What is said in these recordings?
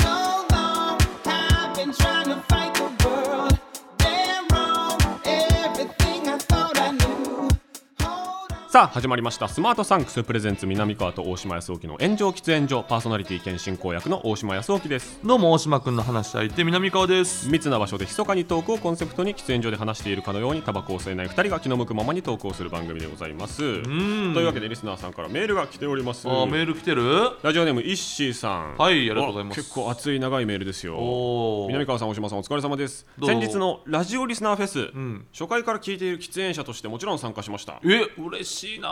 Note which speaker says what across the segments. Speaker 1: So long, I've been trying to fight the world. Damn wrong, everything I thought I knew. Hold on.
Speaker 2: さあ始まりましたスマートサンクスプレゼンツ南川と大島康沖の炎上喫煙所パーソナリティ兼進行役の大島康沖です
Speaker 3: どうも、大島くんの話し相手、南川です。
Speaker 2: 密な場所で密かにトークをコンセプトに喫煙所で話しているかのようにタバコを吸えない2人が気の向くままにトークをする番組でございます
Speaker 3: うん。
Speaker 2: というわけでリスナーさんからメールが来ております
Speaker 3: あー、メール来てる
Speaker 2: ラジオネームイッシーさん
Speaker 3: はいありがとうございます
Speaker 2: あ結構熱い長いメールですよ
Speaker 3: お
Speaker 2: 南
Speaker 3: ー。
Speaker 2: 川さん大島さんお疲れ様です
Speaker 3: どう
Speaker 2: 先
Speaker 3: も
Speaker 2: 日のラジオリスナーフェス、
Speaker 3: うん。
Speaker 2: 初回から聞いている喫煙者としてもちろん参加しました
Speaker 3: え、嬉しいな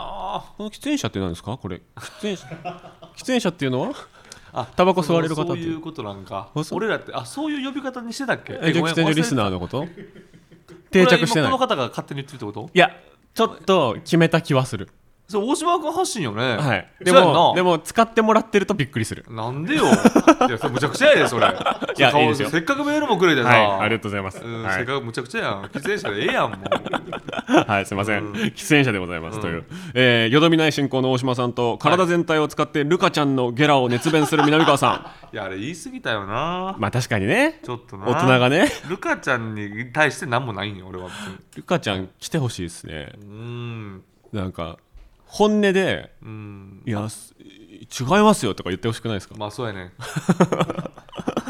Speaker 2: この喫煙者って何ですかこれ喫煙者 喫煙者っていうのは
Speaker 3: あ
Speaker 2: タバコ吸われる方って
Speaker 3: そういうことなんか
Speaker 2: あ。そう
Speaker 3: 俺らって、あ、そういう呼び方にしてたっけ
Speaker 2: えじゃあ喫煙所リス
Speaker 3: ー。
Speaker 2: ナーのこと定
Speaker 3: 定
Speaker 2: 着してない
Speaker 3: この方が勝手に言ってるってこと
Speaker 2: いやちょっと決めた気はする
Speaker 3: それ、大島くん発信よね。
Speaker 2: はいで
Speaker 3: でも
Speaker 2: も、でも使ってもらってるとびっくりする
Speaker 3: なんでよ。いや、それむちゃくちゃやで、それ。い
Speaker 2: やいいですよ
Speaker 3: せっかくメールもくれてさ。
Speaker 2: とうございます
Speaker 3: うん、
Speaker 2: は
Speaker 3: せっ
Speaker 2: い
Speaker 3: かくむちゃくちゃやん。喫煙者でええやん、もう。
Speaker 2: はい、すみません、喫煙者でございますという、えーよどみない進行の大島さんと、体全体を使ってルカちゃんのゲラを熱弁する南川さ
Speaker 3: いや、あれ言い過ぎたよな。
Speaker 2: ん、まあ確かにね、
Speaker 3: ちょっとな。
Speaker 2: 大人がね、
Speaker 3: ルカちゃんに対して何もないんよ、俺は別に。
Speaker 2: ルカちゃん、来てほしいですね、
Speaker 3: うーん。
Speaker 2: なんか、本音で、
Speaker 3: うーん。
Speaker 2: いや、す違いますよとか言ってほしくないですか、
Speaker 3: まあ、そうやね。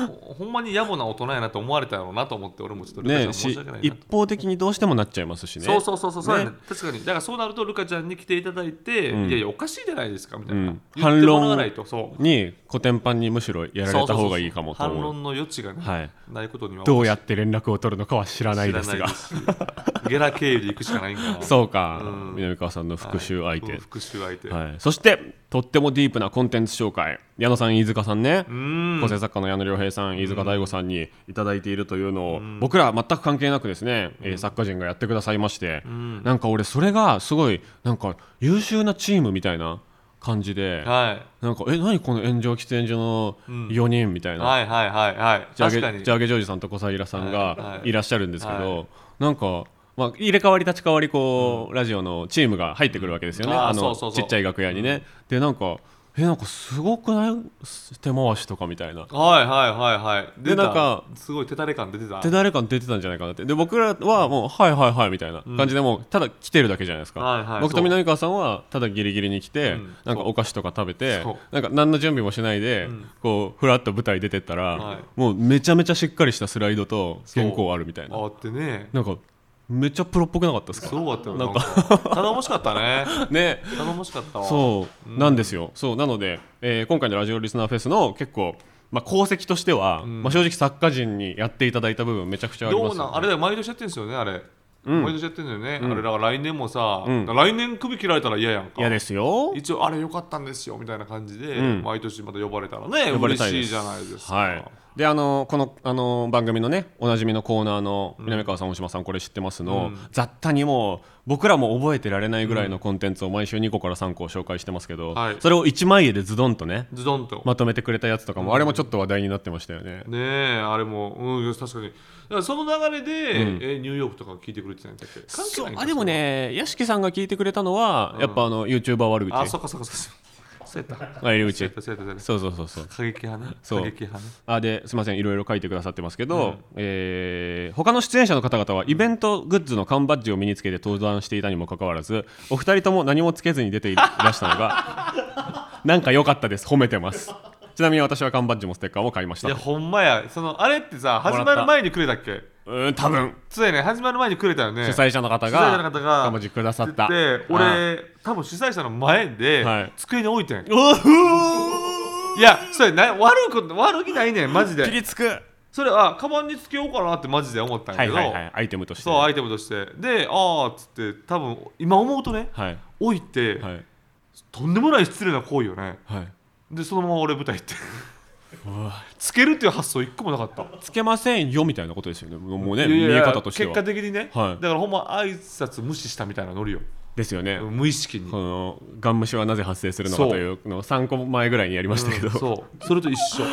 Speaker 3: ほほんまに野暮な大人やなと思われたやろうなと思って、俺もちょっとルカちゃん
Speaker 2: ね
Speaker 3: に申
Speaker 2: し
Speaker 3: し訳ないな
Speaker 2: 一
Speaker 3: と。
Speaker 2: 方的にどうしてもなっちゃいますしね、
Speaker 3: そうそうそうそう、そうやね
Speaker 2: ね
Speaker 3: 確かにだからそうなるとルカちゃんに来ていただいて、
Speaker 2: ん
Speaker 3: いやいやおかしいじゃないですかみたいな、
Speaker 2: うん
Speaker 3: 言ってもらわないとそう
Speaker 2: に、古典版にむしろやら
Speaker 3: そ
Speaker 2: れ
Speaker 3: うそ
Speaker 2: た
Speaker 3: うそう
Speaker 2: 方がいいかもと
Speaker 3: 反
Speaker 2: 思う。
Speaker 3: 論の余地がね、
Speaker 2: はい
Speaker 3: ないことには
Speaker 2: どうやって連絡を取るのかは知らない
Speaker 3: 知ら
Speaker 2: で
Speaker 3: な
Speaker 2: す
Speaker 3: い
Speaker 2: が
Speaker 3: で。すしゲラ経由で行くしかないんかな
Speaker 2: そうか、
Speaker 3: うん
Speaker 2: 南川さんの復讐相手、
Speaker 3: うん復讐相手、
Speaker 2: はい、そしてとってもディープなコンテンツ紹介矢野さん飯塚さんね
Speaker 3: うん
Speaker 2: 個性作家の矢野良平さん飯塚大吾さんにいただいているというのを僕ら全く関係なくですね、えー作家陣がやってくださいまして、なんか俺それがすごいなんか優秀なチームみたいな感じで、
Speaker 3: はい
Speaker 2: なんかえ何この炎上喫煙所の4人みたいな、
Speaker 3: はいはいはいはい
Speaker 2: ジャー
Speaker 3: 確か
Speaker 2: ゲ
Speaker 3: に
Speaker 2: ジャーゲジョージさんと小平さん
Speaker 3: はいは
Speaker 2: が
Speaker 3: い
Speaker 2: いらっしゃるんですけど、
Speaker 3: は
Speaker 2: なんか、まあ、入れ替わり立ち替わりこう、ラジオのチームが入ってくるわけですよね、
Speaker 3: うんあー
Speaker 2: あの
Speaker 3: そうそうそう
Speaker 2: ちっちゃい楽屋にね。でなんかえなんかすごくない手回しとかみたいな。
Speaker 3: はいはいはいはい出た
Speaker 2: なんか
Speaker 3: すごい手だれ感出てた
Speaker 2: で誰か出てたんじゃないかなってで僕らはもう「はいはいはい」みたいな感じでもうただ来てるだけじゃないですか、
Speaker 3: はいはい
Speaker 2: 僕
Speaker 3: そ
Speaker 2: と
Speaker 3: う
Speaker 2: 南川さんはただギリギリに来て、
Speaker 3: うん
Speaker 2: なんか
Speaker 3: そう
Speaker 2: お菓子とか食べて
Speaker 3: そう
Speaker 2: なんか何の準備もしないで、こうふらっと舞台出てったら、
Speaker 3: はい
Speaker 2: もうめちゃめちゃしっかりしたスライドと原稿あるみたいな
Speaker 3: あってね
Speaker 2: なんかめっちゃプロっぽくなかったです
Speaker 3: そ
Speaker 2: か
Speaker 3: うだったよ
Speaker 2: な
Speaker 3: なんん
Speaker 2: か
Speaker 3: か頼もしかったね
Speaker 2: ね
Speaker 3: 頼もしかったわ
Speaker 2: そうなんですよそうなので、えー今回のラジオリスナーフェスの結構まあ功績としては、まあ正直作家陣にやっていただいた部分めちゃくちゃありま
Speaker 3: ど
Speaker 2: す
Speaker 3: う
Speaker 2: よ
Speaker 3: なんあれだよ毎年やってんすよねあれ、毎年やってんだよね、あれだから来年もさ、
Speaker 2: ん
Speaker 3: 来年首切られたら嫌やんか
Speaker 2: 嫌ですよ
Speaker 3: 一応あれ良かったんですよみたいな感じで、
Speaker 2: ん
Speaker 3: 毎年また呼ばれたらね
Speaker 2: 呼ばれ
Speaker 3: 嬉
Speaker 2: たい
Speaker 3: し
Speaker 2: で
Speaker 3: い
Speaker 2: す
Speaker 3: じゃないですか、
Speaker 2: はいであのこのあの番組のねおなじみのコーナーの南川さん、大島さんこれ知ってますの、雑多にもう僕らも覚えてられないぐらいのコンテンツを毎週2個から3個紹介してますけど、
Speaker 3: はい
Speaker 2: それを1枚絵でズドンとね
Speaker 3: ズドンと、
Speaker 2: まとめてくれたやつとかも、あれもちょっと話題になってましたよね。
Speaker 3: ねえあれもうん確かにだからその流れで、えニューヨークとか聞いてくれてたんだっけ関係
Speaker 2: そ
Speaker 3: な
Speaker 2: う
Speaker 3: いんか
Speaker 2: あでもね屋敷さんが聞いてくれたのは、やっぱあの YouTuber 悪口
Speaker 3: それはあそっかそっかそっかそうやったそう
Speaker 2: あ入り
Speaker 3: や
Speaker 2: 口
Speaker 3: ったそうやったそうやった
Speaker 2: そうそうそうそう
Speaker 3: 過激派ね
Speaker 2: そう
Speaker 3: 過激派ね
Speaker 2: あですみませんいろいろ書いてくださってますけど、えー他の出演者の方々はイベントグッズの缶バッジを身につけて登壇していたにもかかわらずお二人とも何もつけずに出ていらしたのが なんか良かったです褒めてますちなみに私は缶バッジもステッカーも買いまし
Speaker 3: い
Speaker 2: た
Speaker 3: やほんまやそのあれってさ
Speaker 2: らった
Speaker 3: 始まる前にくれたっけ
Speaker 2: うーん多分
Speaker 3: そうやね始まる前にくれたよね
Speaker 2: 主催者の方
Speaker 3: 主催者
Speaker 2: が
Speaker 3: の方が
Speaker 2: 缶バッジくださった
Speaker 3: で
Speaker 2: はい
Speaker 3: 俺多分主催者の前で、
Speaker 2: はい
Speaker 3: 机に置いてんいうやそれな悪いこと悪気ないねんマジ
Speaker 2: ピ
Speaker 3: で
Speaker 2: リつくは
Speaker 3: それはカバンにつけようかなってマジで思ったんや
Speaker 2: い
Speaker 3: けど、
Speaker 2: はいはいアイテムとして
Speaker 3: そうアイテムとしてでああっつって多分今思うとね
Speaker 2: はい
Speaker 3: 置いて、
Speaker 2: はい
Speaker 3: とんでもない失礼な行為よね
Speaker 2: はい
Speaker 3: でそのまま俺舞台行ってつけるっていう発想一個もなかった
Speaker 2: つけませんよみたいなことですよねもうね
Speaker 3: いやいや
Speaker 2: 見え方としては
Speaker 3: 結果的にね、
Speaker 2: はい
Speaker 3: だからほんま挨拶無視したみたいなノリよ
Speaker 2: ですよね、
Speaker 3: 無意識に
Speaker 2: このガン虫はなぜ発生するのか
Speaker 3: そう
Speaker 2: というのを3個前ぐらいにやりましたけど、
Speaker 3: そうそれと一緒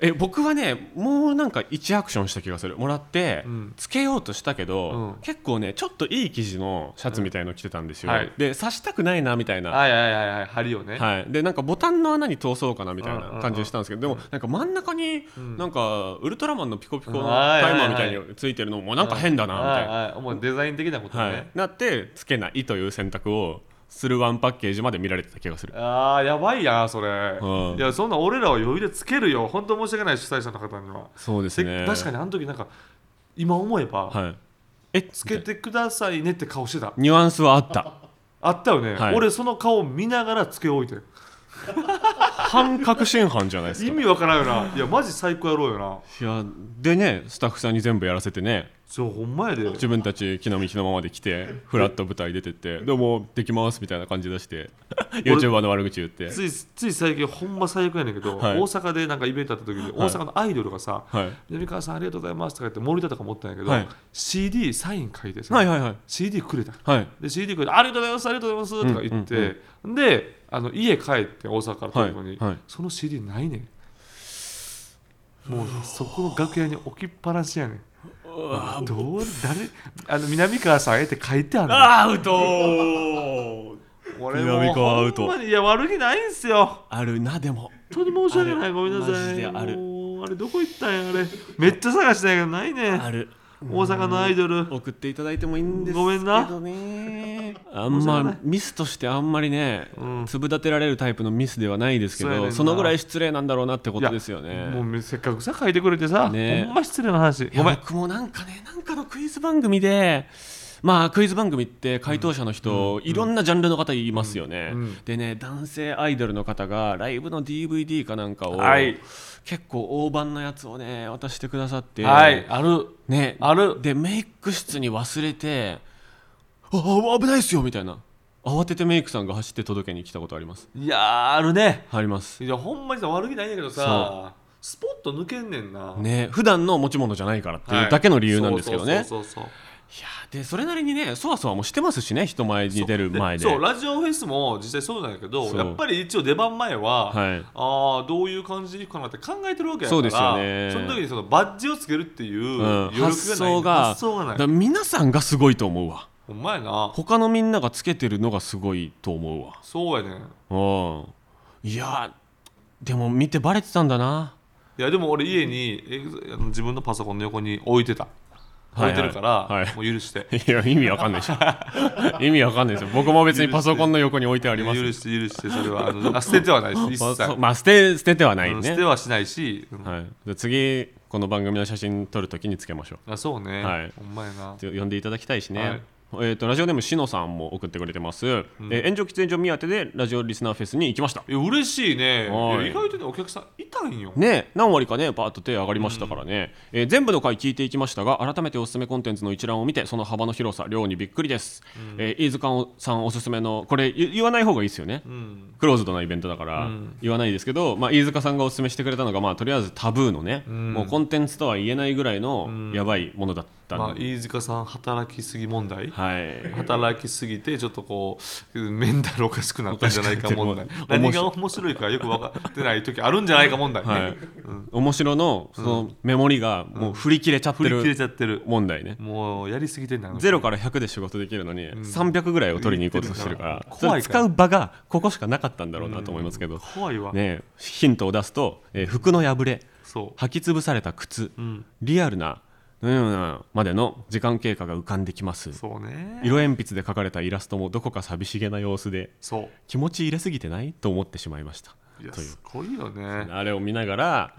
Speaker 2: え僕はねもうなんか1アクションした気がするもらって、
Speaker 3: うん
Speaker 2: つけようとしたけど、
Speaker 3: うん
Speaker 2: 結構ねちょっといい生地のシャツみたいの着てたんですよ、
Speaker 3: うんはい
Speaker 2: で刺したくないなみたいな、
Speaker 3: はいはいはいはい針をね、
Speaker 2: はい、でなんかボタンの穴に通そうかなみたい
Speaker 3: うんうんう
Speaker 2: なん感じにしたんですけどでもなんか真ん中に
Speaker 3: ん
Speaker 2: なんかウルトラマンのピコピコの
Speaker 3: うんはい
Speaker 2: タイマー
Speaker 3: はい
Speaker 2: みたい
Speaker 3: は
Speaker 2: についてるのもなんか変だなみたいな、
Speaker 3: はいはいもうデザイン的なことね、
Speaker 2: はい、なってつけないという選択をするワンパッケージまで見られてた気がする。
Speaker 3: あーやばいやそれ、
Speaker 2: うん
Speaker 3: いやそんな俺らは余裕でつけるよ本当申し訳ない主催者の方には
Speaker 2: そうですね
Speaker 3: せ確かにあの時なんか今思えば、
Speaker 2: はい、え
Speaker 3: つけてくださいねって顔してた
Speaker 2: ニュアンスはあ った
Speaker 3: あったよね、
Speaker 2: はい
Speaker 3: 俺その顔見ながらつけ置いてる
Speaker 2: 反確信犯じゃないです
Speaker 3: 意
Speaker 2: か
Speaker 3: 味わからんよないやマジ最高やろうよない
Speaker 2: やでねスタッフさんに全部やらせてね
Speaker 3: そうほんまやで
Speaker 2: 自分たち木の実木のままで来てフラッと舞台出てって「どうもできます」みたいな感じ出して YouTuber の悪口言って
Speaker 3: ついつい最近ほんま最悪やねんけど、
Speaker 2: はい
Speaker 3: 大阪でなんかイベントあった時に大阪のアイドルがさ「
Speaker 2: はい
Speaker 3: 南川さんありがとうございます」とか言ってモニターとか持ったんやけど、
Speaker 2: はい
Speaker 3: CD サイン書いてさ、
Speaker 2: はいはいはい
Speaker 3: CD くれた
Speaker 2: はい
Speaker 3: で CD くれて「ありがとうございますありがとうございます」とか言って、
Speaker 2: うん
Speaker 3: であの家帰って大阪から東京に、
Speaker 2: はいはい
Speaker 3: その CD ないねんもうそこの楽屋に置きっぱなしやねんどう誰あの南川さんへって書いてあるの
Speaker 2: アウト
Speaker 3: 俺
Speaker 2: 南
Speaker 3: も
Speaker 2: 川アウト
Speaker 3: ほんまにいや悪気ないんすよ
Speaker 2: あるなでも
Speaker 3: 本当に申し訳な
Speaker 2: あ
Speaker 3: い
Speaker 2: る
Speaker 3: ごめんなさい
Speaker 2: マジである
Speaker 3: もうあれどこ行ったんやあれめっちゃ探したんやけどないね
Speaker 2: ある
Speaker 3: 大阪のアイドル
Speaker 2: 送っていただいてもいいんですけ
Speaker 3: ごめんな
Speaker 2: どねあんまミスとしてあんまりね、
Speaker 3: うん
Speaker 2: 粒立てられるタイプのミスではないですけ
Speaker 3: そうやねん
Speaker 2: ど
Speaker 3: な
Speaker 2: そのぐらい失礼なんだろうなってことですよ
Speaker 3: いや
Speaker 2: ね
Speaker 3: もうせっかくさ書いてくれてさ、
Speaker 2: ね
Speaker 3: ほんま失礼な
Speaker 2: い
Speaker 3: 話
Speaker 2: や
Speaker 3: ごめん
Speaker 2: 僕もなんかねなんかのクイズ番組でまあクイズ番組って回答者の人、いろんなジャンルの方いますよね、
Speaker 3: うんうん
Speaker 2: でね男性アイドルの方がライブの DVD かなんかを、
Speaker 3: はい
Speaker 2: 結構大判のやつをね渡してくださって、
Speaker 3: はいある
Speaker 2: ね、
Speaker 3: ある
Speaker 2: でメイク室に忘れて「ああ危ないっすよ」みたいな慌ててメイクさんが走って届けに来たことあります
Speaker 3: いやーあるね
Speaker 2: あります
Speaker 3: いやほんまにさ悪気ないんだけどさスポッと抜けんねんな、
Speaker 2: ね普段の持ち物じゃないからって
Speaker 3: はいいう
Speaker 2: だけの理由なんですけどね、
Speaker 3: そうそうそうそう
Speaker 2: いやーでそれなりにねそわそわもしてますしね人前に出る前で
Speaker 3: そうラジオフェスも実際そうなんやけど
Speaker 2: そう
Speaker 3: やっぱり一応出番前は、
Speaker 2: はい
Speaker 3: ああどういう感じにいくかなって考えてるわけやから
Speaker 2: そうですよね
Speaker 3: その時にそのバッジをつけるっていう
Speaker 2: う
Speaker 3: 余
Speaker 2: ん、
Speaker 3: 力がない、
Speaker 2: 発想が
Speaker 3: 発想が
Speaker 2: だ
Speaker 3: な
Speaker 2: から
Speaker 3: い
Speaker 2: 皆さんがすごいと思うわ
Speaker 3: ほんまやな
Speaker 2: 他のみんながつけてるのがすごいと思うわ
Speaker 3: そうやねん
Speaker 2: うんいやーでも見てバレてたんだない
Speaker 3: やでも俺家にえあの自分のパソコンの横に置いてた置いてるから、
Speaker 2: はいはい
Speaker 3: もう許して
Speaker 2: い や意味わかんないでしょ 意味わかんないですよ僕も別にパソコンの横に置いてあり
Speaker 3: 許
Speaker 2: ます
Speaker 3: して許してそれはあのあ捨ててはないです一
Speaker 2: まあ
Speaker 3: 切、
Speaker 2: そうまあ捨て捨ててはない
Speaker 3: うん
Speaker 2: ね
Speaker 3: 捨てはしないし、うん
Speaker 2: はい、じゃあ次この番組の写真撮るときにつけましょう
Speaker 3: あそうね、
Speaker 2: はい
Speaker 3: ほんまやな
Speaker 2: ちょ呼んでいただきたいしね、
Speaker 3: はい
Speaker 2: えー、とラジオネームしのさんも送ってくれてます、えー炎上喫煙所目当てでラジオリスナーフェスに行きました
Speaker 3: え嬉しいね
Speaker 2: はい
Speaker 3: いや意外とねお客さんいたんよ、
Speaker 2: ね、何割かねパーッと手上がりましたからね、えー全部の回聞いていきましたが改めておすすめコンテンツの一覧を見てその幅の広さ量にびっくりです、えー飯塚さんおすすめのこれ言言わない方がいいですよね、
Speaker 3: うん、
Speaker 2: クローズドなイベントだから言わないですけど、まあ、飯塚さんがお勧めしてくれたのが、まあ、とりあえずタブーのね、もうコンテンツとは言えないぐらいのやばいものだった
Speaker 3: まあ
Speaker 2: んで、
Speaker 3: 飯塚さん働きすぎ問題、
Speaker 2: はい、
Speaker 3: 働きすぎてちょっとこうメンタルおかしくなったんじゃないか問題
Speaker 2: おかしくなってる
Speaker 3: 何が面白いかよく分かってない時あるんじゃないか問題ね、
Speaker 2: はい面白のそのメモリがもう振り切れちゃって
Speaker 3: 振り切れ
Speaker 2: る
Speaker 3: ちゃってる
Speaker 2: 問題ね。
Speaker 3: もうやりすぎてんだな
Speaker 2: ゼロから100で仕事できるのに300ぐらいを取りに行こうとしてるから
Speaker 3: うん
Speaker 2: それ
Speaker 3: 怖いから
Speaker 2: 使う場がここしかなかったんだろうなと思いますけど
Speaker 3: 怖いわ、
Speaker 2: ねヒントを出すとえー服の破れ
Speaker 3: そう
Speaker 2: 履き潰された靴
Speaker 3: ん
Speaker 2: リアルなうんまでの時間経過が浮かんできます
Speaker 3: そうね
Speaker 2: 色鉛筆で描かれたイラストもどこか寂しげな様子で
Speaker 3: そ
Speaker 2: 気持ち入れすぎてないと思ってしまいました
Speaker 3: ういや
Speaker 2: という
Speaker 3: すごいよね
Speaker 2: あれを見ながら、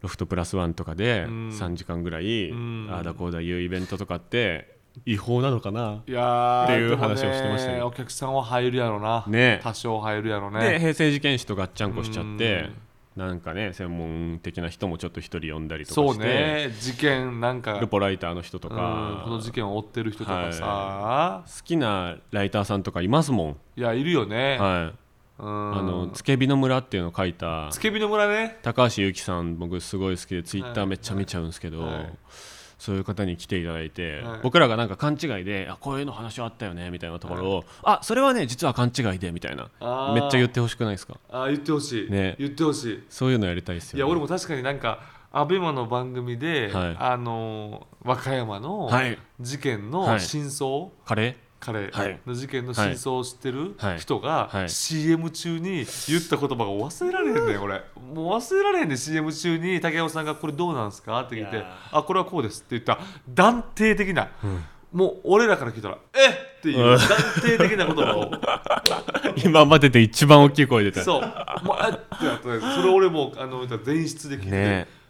Speaker 2: ロフトプラスワンとかで
Speaker 3: ん
Speaker 2: 3時間ぐらい、
Speaker 3: ん
Speaker 2: ああだこうだいうイベントとかって違法なのかな、
Speaker 3: いやー
Speaker 2: っていう
Speaker 3: でもね
Speaker 2: 話をしてましたよ
Speaker 3: お客さんは入るやろな、
Speaker 2: ね
Speaker 3: 多少入るやろ
Speaker 2: で
Speaker 3: ね
Speaker 2: 平成事件史とガッチャンコしちゃって、なんかね専門的な人もちょっと一人呼んだりとか
Speaker 3: そう
Speaker 2: して、
Speaker 3: ね事件なんか
Speaker 2: ルポライターの人と
Speaker 3: うん
Speaker 2: か、
Speaker 3: この事件を追ってる人とかさ、
Speaker 2: 好きなライターさんとかいますもん、
Speaker 3: い、やいるよね、
Speaker 2: はい
Speaker 3: うん
Speaker 2: あのつけびの村っていうのを書いた
Speaker 3: つけびの村ね
Speaker 2: 高橋由紀さん僕すごい好きでツイッターめっちゃ見ちゃうんですけど、
Speaker 3: はい
Speaker 2: そういう方に来ていただいて、
Speaker 3: はい
Speaker 2: 僕らがなんか勘違いであこういうの話あったよねみたいなところを、あそれはね実は勘違いでみたいな
Speaker 3: あー
Speaker 2: めっちゃ言ってほしくないですか
Speaker 3: あー言ってほしい、
Speaker 2: ね
Speaker 3: 言ってほしい
Speaker 2: そういうのやりたいですよ、
Speaker 3: いや俺も確かになんかアベマの番組で、
Speaker 2: はい
Speaker 3: あのー和歌山の
Speaker 2: はい
Speaker 3: 事件
Speaker 2: は
Speaker 3: の
Speaker 2: い
Speaker 3: 真相、
Speaker 2: カレ
Speaker 3: 彼
Speaker 2: はい
Speaker 3: の事件の真相を知ってる
Speaker 2: はい
Speaker 3: 人が
Speaker 2: はい
Speaker 3: CM 中に言った言葉が忘れられへんねん俺もう忘れられへんねん CM 中に竹山さんが「これどうなんですか?」って聞い
Speaker 2: い
Speaker 3: て
Speaker 2: や
Speaker 3: 「あこれはこうです」って言った断定的な、もう俺らから聞いたら「えっ!」っていう断定的な言葉を
Speaker 2: ー今までで一番大きい声出た
Speaker 3: そう「もうえっ!」ってなったそれ俺もうあの全室で聞いて、
Speaker 2: ね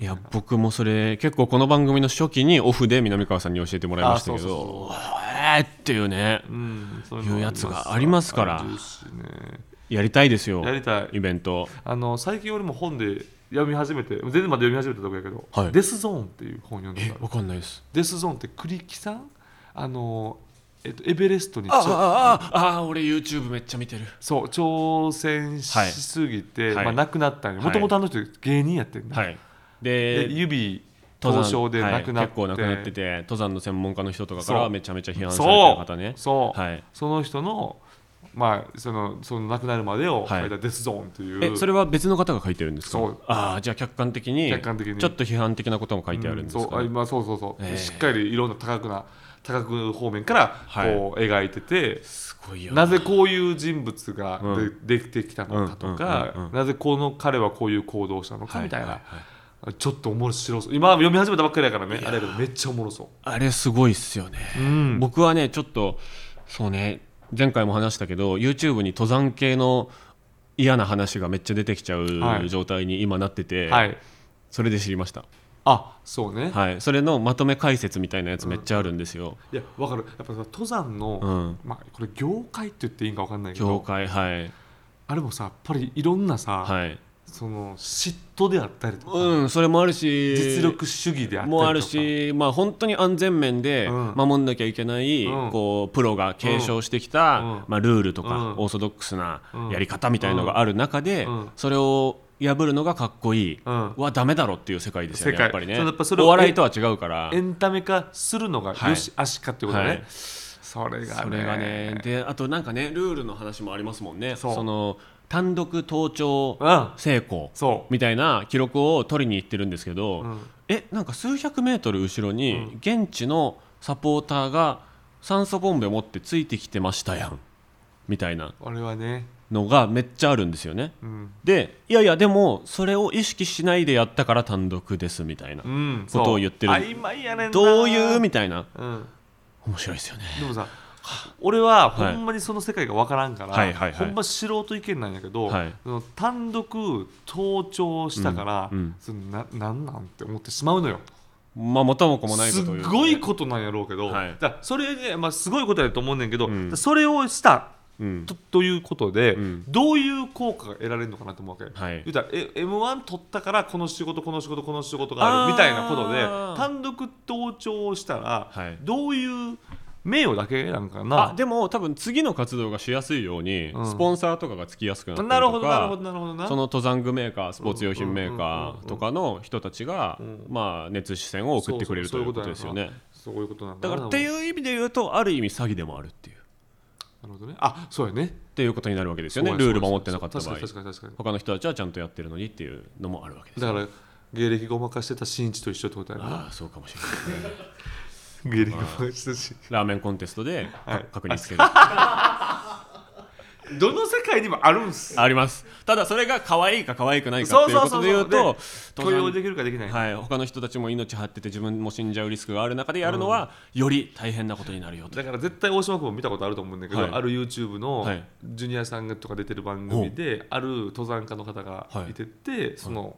Speaker 2: いや僕もそれ結構この番組の初期にオフで南川さんに教えてもらいましたけ
Speaker 3: あそうそう
Speaker 2: どえーっていうね
Speaker 3: うん、そう
Speaker 2: いうやつがありますから
Speaker 3: あるしね
Speaker 2: やりたいですよ
Speaker 3: やりたい
Speaker 2: イベント
Speaker 3: あの最近俺も本で読み始めて全然まだ読み始めたとこやけど、
Speaker 2: はい
Speaker 3: デスゾーンっていう本読んで
Speaker 2: え
Speaker 3: た
Speaker 2: わかんないです
Speaker 3: デスゾーンって栗木さんあの、えっと、エベレストにち
Speaker 2: あ
Speaker 3: ょ
Speaker 2: ああああ俺 YouTube めっちゃ見てる
Speaker 3: そう挑戦し
Speaker 2: はい
Speaker 3: すぎ
Speaker 2: は
Speaker 3: て、
Speaker 2: い
Speaker 3: まあ、亡くなったんよ
Speaker 2: はい
Speaker 3: もともとあの人芸人やってんだ、
Speaker 2: はい
Speaker 3: で
Speaker 2: で
Speaker 3: 指
Speaker 2: 登
Speaker 3: 凍
Speaker 2: 山
Speaker 3: 傷で亡くな
Speaker 2: は
Speaker 3: っ
Speaker 2: い結
Speaker 3: て、
Speaker 2: 構亡くなってて登山の専門家の人とかか
Speaker 3: そ
Speaker 2: ら
Speaker 3: う
Speaker 2: めちゃめちゃ批判されてる
Speaker 3: そう
Speaker 2: 方ね
Speaker 3: そう、
Speaker 2: はい
Speaker 3: その人の,、まあ、そのその亡くなるまでを
Speaker 2: はい
Speaker 3: 書いたデスゾーンという、
Speaker 2: えそれは別の方が書いてるんですか
Speaker 3: そう
Speaker 2: ああじゃあ客観的に
Speaker 3: 客観的に
Speaker 2: ちょっと批判的なことも書いてあるんです
Speaker 3: そう
Speaker 2: か
Speaker 3: あ
Speaker 2: ね
Speaker 3: 今そうそうそう、
Speaker 2: ええ
Speaker 3: しっかりいろんな多角な多角方面から
Speaker 2: はい
Speaker 3: こう描いてて、
Speaker 2: すごいよ
Speaker 3: なぜこういう人物が
Speaker 2: う
Speaker 3: で,、できてきたのかとか、
Speaker 2: うんうんうんうん
Speaker 3: なぜこの彼はこういう行動をしたのかみたいな、
Speaker 2: ははは
Speaker 3: ちょっと面白そう今読み始めたばっかりだからねあれだけどめっちゃおもろそ
Speaker 2: あれすごいっすよね、
Speaker 3: う、うん、
Speaker 2: 僕はねちょっとそうね前回も話したけど YouTube に登山系の嫌な話がめっちゃ出てきちゃ
Speaker 3: は
Speaker 2: う
Speaker 3: い
Speaker 2: 状態に今なってて、
Speaker 3: はい
Speaker 2: それで知りました、
Speaker 3: あそうね、
Speaker 2: はい、それのまとめ解説みたいなやつめっちゃあるんですよ、
Speaker 3: い、やわかるやっぱさ登山の、
Speaker 2: うん
Speaker 3: まあ、これ業界って言っていいんかわかんないけ
Speaker 2: 業
Speaker 3: ど
Speaker 2: 界はい
Speaker 3: あれもさやっぱりいろんなさ、
Speaker 2: はい
Speaker 3: その嫉妬であったりとか、
Speaker 2: うんそれもあるし
Speaker 3: 実力主義であったりとか
Speaker 2: もあるし、まあ、本当に安全面で
Speaker 3: うん
Speaker 2: 守んなきゃいけない、
Speaker 3: うん
Speaker 2: こうプロが継承してきた、
Speaker 3: うん
Speaker 2: まあ、ルールとか、
Speaker 3: うん
Speaker 2: オーソドックスな
Speaker 3: うん
Speaker 2: やり方みたいのがある中で、
Speaker 3: うん
Speaker 2: それを破るのがかっこいい、
Speaker 3: うん
Speaker 2: はダメだろっていう世界ですよ
Speaker 3: 世
Speaker 2: ね
Speaker 3: 界
Speaker 2: やっぱりね
Speaker 3: そうやっぱそれを
Speaker 2: お笑いとは違うから
Speaker 3: エンタメ化するのが
Speaker 2: はい
Speaker 3: よし、あしかってことね、
Speaker 2: はい
Speaker 3: それがね
Speaker 2: それがねであとなんかねルールの話もありますもんね
Speaker 3: そう
Speaker 2: その単独登頂
Speaker 3: うん
Speaker 2: 成功
Speaker 3: そう
Speaker 2: みたいな記録を取りに行ってるんですけど、
Speaker 3: うん
Speaker 2: えなんか数百メートル後ろに現地のサポーターが酸素ボンベ持ってついてきてましたやんみたいな
Speaker 3: 俺はね、
Speaker 2: のがめっちゃあるんですよね。
Speaker 3: うん、
Speaker 2: でいやいやでもそれを意識しないでやったから単独ですみたいな、
Speaker 3: うん、
Speaker 2: ことを
Speaker 3: そう
Speaker 2: 言ってる
Speaker 3: 曖昧やねんな
Speaker 2: どういうみたいな
Speaker 3: うん、
Speaker 2: 面白いですよね。
Speaker 3: でもさ俺はほ
Speaker 2: はい
Speaker 3: んまにその世界が分からんから、
Speaker 2: はいはいはい
Speaker 3: ほんま素人意見なんやけど、
Speaker 2: はい
Speaker 3: その単独盗聴したから、
Speaker 2: うんうん
Speaker 3: そのななんなんって思ってしまうのよ
Speaker 2: まあ元も子もないこ
Speaker 3: すっ
Speaker 2: とを言うとね
Speaker 3: ごいことなんやろうけど、
Speaker 2: はい
Speaker 3: だからそれね、まあ、すごいことやと思うねんけど、
Speaker 2: ん
Speaker 3: それをした
Speaker 2: うん
Speaker 3: とということで、
Speaker 2: ん
Speaker 3: どういう効果が得られるのかなと思うわけ、
Speaker 2: はい
Speaker 3: 言うたらえ m 1取ったからこの仕事この仕事この仕事があるみたいなことで
Speaker 2: あー
Speaker 3: 単独登頂をしたら、
Speaker 2: はい
Speaker 3: どういう名誉だけなんか
Speaker 2: あ
Speaker 3: な
Speaker 2: でも多分次の活動がしやすいように、
Speaker 3: ん
Speaker 2: スポンサーとかがつきやすくなったりとか
Speaker 3: なるほどなるほどなるほどな
Speaker 2: その登山具メーカースポーツ用品メーカーとかの人たちが、
Speaker 3: ん
Speaker 2: まあ、熱視線を送ってくれるということですよね
Speaker 3: そういうことなん
Speaker 2: だ
Speaker 3: だ
Speaker 2: からって
Speaker 3: う
Speaker 2: いう意味で言うとある意味詐欺でもあるっていうっ
Speaker 3: なるほどねあそうやね
Speaker 2: ていうことになるわけです
Speaker 3: そう
Speaker 2: よね
Speaker 3: やそうや
Speaker 2: ルール守ってなかった場合
Speaker 3: 確かに確かに確かに
Speaker 2: 他の人たちはちゃんとやってるのにっていうのもあるわけです
Speaker 3: だから芸歴ごまかしてた新一と一緒ってことやな
Speaker 2: ああそうかもしれないですね
Speaker 3: 芸歴ごまかしてたし
Speaker 2: ラーメンコンテストで
Speaker 3: はい
Speaker 2: 確認つけるあ
Speaker 3: どの世界にもあるんす
Speaker 2: りますただそれが可愛いか可愛くないか
Speaker 3: そ
Speaker 2: っ
Speaker 3: う
Speaker 2: ていうこ
Speaker 3: そ
Speaker 2: と
Speaker 3: うそう
Speaker 2: で言
Speaker 3: そう
Speaker 2: うと
Speaker 3: 許
Speaker 2: 登山
Speaker 3: 容できるかできない、
Speaker 2: はい、他の人たちも命張ってて自分も死んじゃうリスクがある中でやるのは、より大変なことになるよと
Speaker 3: だから絶対大島君も見たことあると思うんだけど、
Speaker 2: はい
Speaker 3: ある YouTube の
Speaker 2: はい
Speaker 3: ジュニアさんがとか出てる番組で、ある登山家の方がいてて、その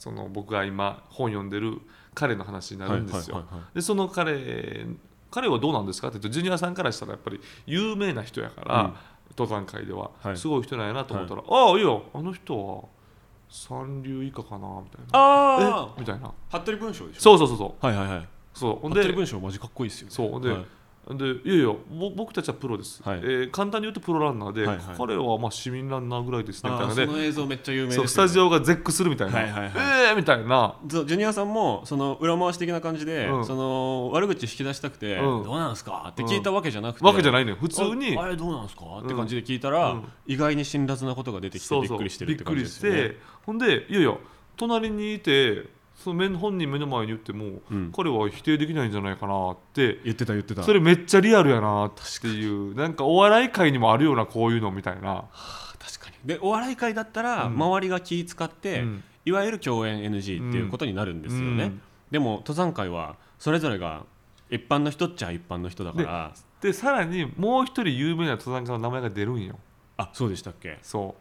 Speaker 3: その僕が今本読んでる彼の話になるんですよ。
Speaker 2: はいはいはいは
Speaker 3: でその彼彼はどうなんですかって言うとジュニアさんからしたらやっぱり有名な人やから、
Speaker 2: うん
Speaker 3: 登山界では、
Speaker 2: はい
Speaker 3: すごい人なんやなと思ったら、ああいいよあの人は三流以下かなみたいな。
Speaker 2: あ
Speaker 3: えみたいな。
Speaker 2: あ服部文章でしょ
Speaker 3: そうそうそうそう
Speaker 2: はいはいはい
Speaker 3: そうほん
Speaker 2: 服
Speaker 3: で
Speaker 2: 部文章マジかっこいいですよね
Speaker 3: そうで、
Speaker 2: はい
Speaker 3: でいやいやぼ僕たちはプロです、
Speaker 2: はい
Speaker 3: えー簡単に言うとプロランナーで、
Speaker 2: はいはい
Speaker 3: 彼はまあ市民ランナーぐらいですねみたい
Speaker 2: あ
Speaker 3: な
Speaker 2: ー
Speaker 3: ね
Speaker 2: その映像めっちゃ有名です
Speaker 3: そ
Speaker 2: よ
Speaker 3: う
Speaker 2: ね
Speaker 3: スタジオが絶句するみたいな、
Speaker 2: はいはいはい
Speaker 3: えーみたいな
Speaker 2: そうジュニアさんもその裏回し的な感じで、
Speaker 3: うん
Speaker 2: その悪口引き出したくて、
Speaker 3: うん
Speaker 2: どうなんすかって聞いたわけじゃなくて、
Speaker 3: わけじゃ
Speaker 2: い
Speaker 3: ないのよ普通に
Speaker 2: ああれどうなんすかって感じで聞いたら、
Speaker 3: うん
Speaker 2: 意外に辛辣なことが出てきて
Speaker 3: そう
Speaker 2: びっ
Speaker 3: そう
Speaker 2: くりしてるって感じですよね
Speaker 3: びっくりしてほんでいやいや隣にいてその面本人目の前に言っても、
Speaker 2: うん
Speaker 3: 彼は否定できないんじゃないかなって
Speaker 2: 言ってた言ってた
Speaker 3: それめっちゃリアルやなっていうなんかお笑い界にもあるようなこういうのみたいな
Speaker 2: 確かにでお笑い界だったら
Speaker 3: うん
Speaker 2: 周りが気使って、
Speaker 3: うん
Speaker 2: いわゆる共演 NG っていうことになるんですよね、
Speaker 3: うん
Speaker 2: でも登山界はそれぞれが一般の人っちゃ一般の人だから
Speaker 3: でさらにもう一人有名な登山家の名前が出るんよ
Speaker 2: あそうでしたっけ
Speaker 3: そ